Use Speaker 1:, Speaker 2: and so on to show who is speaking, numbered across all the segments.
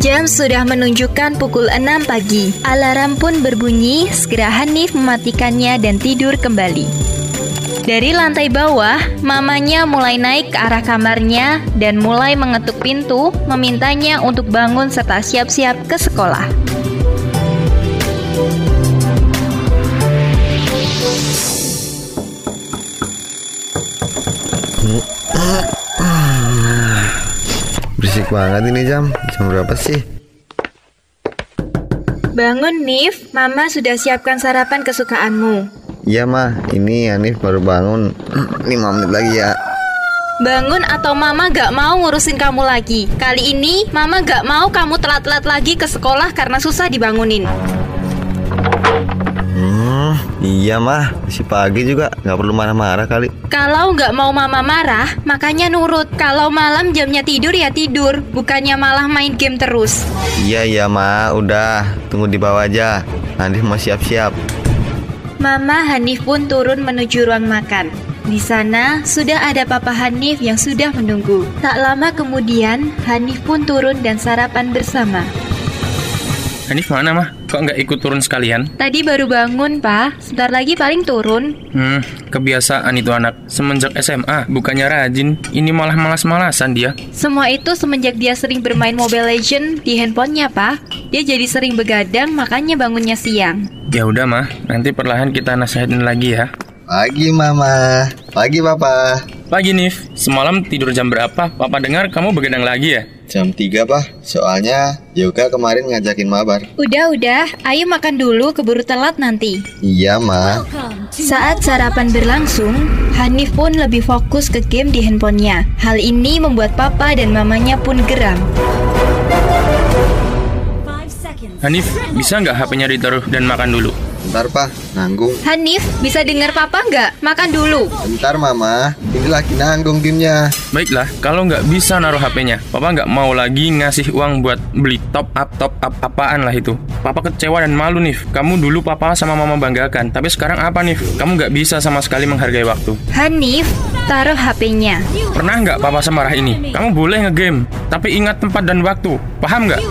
Speaker 1: jam sudah menunjukkan pukul 6 pagi. Alarm pun berbunyi, segera Hanif mematikannya dan tidur kembali. Dari lantai bawah, mamanya mulai naik ke arah kamarnya dan mulai mengetuk pintu, memintanya untuk bangun serta siap-siap ke sekolah.
Speaker 2: Berisik banget ini jam. Jam berapa sih?
Speaker 1: Bangun, Nif. Mama sudah siapkan sarapan kesukaanmu.
Speaker 2: Iya mah, ini Hanif baru bangun 5 menit lagi ya
Speaker 1: Bangun atau mama gak mau ngurusin kamu lagi Kali ini mama gak mau kamu telat-telat lagi ke sekolah karena susah dibangunin
Speaker 2: Hmm, iya mah, si pagi juga nggak perlu marah-marah kali
Speaker 1: Kalau gak mau mama marah, makanya nurut Kalau malam jamnya tidur ya tidur Bukannya malah main game terus
Speaker 2: Iya iya mah, udah tunggu di bawah aja Hanif mau siap-siap
Speaker 1: Mama Hanif pun turun menuju ruang makan di sana sudah ada Papa Hanif yang sudah menunggu. Tak lama kemudian, Hanif pun turun dan sarapan bersama.
Speaker 3: Hanif mana mah? Kok nggak ikut turun sekalian?
Speaker 1: Tadi baru bangun, Pak. Sebentar lagi paling turun.
Speaker 3: Hmm, kebiasaan itu anak. Semenjak SMA, bukannya rajin. Ini malah malas-malasan dia.
Speaker 1: Semua itu semenjak dia sering bermain Mobile Legend di handphonenya, Pak. Dia jadi sering begadang, makanya bangunnya siang.
Speaker 3: Ya udah mah, nanti perlahan kita nasihatin lagi ya.
Speaker 2: Pagi mama, pagi papa
Speaker 3: Pagi Nif, semalam tidur jam berapa? Papa dengar kamu begadang lagi ya?
Speaker 2: Jam 3 pak, soalnya Yoga kemarin ngajakin mabar
Speaker 1: Udah-udah, ayo makan dulu, keburu telat nanti.
Speaker 2: Iya mah
Speaker 1: Saat sarapan berlangsung, Hanif pun lebih fokus ke game di handphonenya. Hal ini membuat papa dan mamanya pun geram.
Speaker 3: Hanif, Ah, bisa nggak HP-nya ditaruh dan makan dulu?
Speaker 2: Bentar pak, nanggung
Speaker 1: Hanif, bisa dengar papa nggak? Makan dulu.
Speaker 2: Bentar mama, ini lagi nanggung gamenya
Speaker 3: Baiklah, kalau nggak bisa naruh HP-nya, Papa nggak mau lagi ngasih uang buat beli top up, top up apaan lah itu. Papa kecewa dan malu Nif. Kamu dulu Papa sama Mama banggakan, tapi sekarang apa Nif? Kamu nggak bisa sama sekali menghargai waktu.
Speaker 1: Hanif, taruh HP-nya.
Speaker 3: Pernah nggak Papa semarah ini? Kamu boleh ngegame, tapi ingat tempat dan waktu. Paham nggak?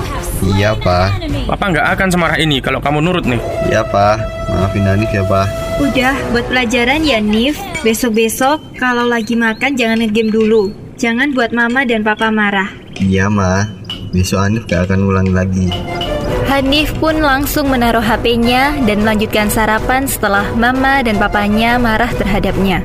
Speaker 2: Iya pak,
Speaker 3: Papa nggak akan semarah ini kalau kamu nurut nih.
Speaker 2: iya pak, maafin Hanif ya pak
Speaker 1: Udah, buat pelajaran ya Nif. Besok-besok kalau lagi makan jangan ngegame dulu. Jangan buat mama dan papa marah.
Speaker 2: Iya mah, besok Hanif gak akan ulangi lagi
Speaker 1: Hanif pun langsung menaruh HP-nya dan melanjutkan sarapan setelah mama dan papanya marah terhadapnya.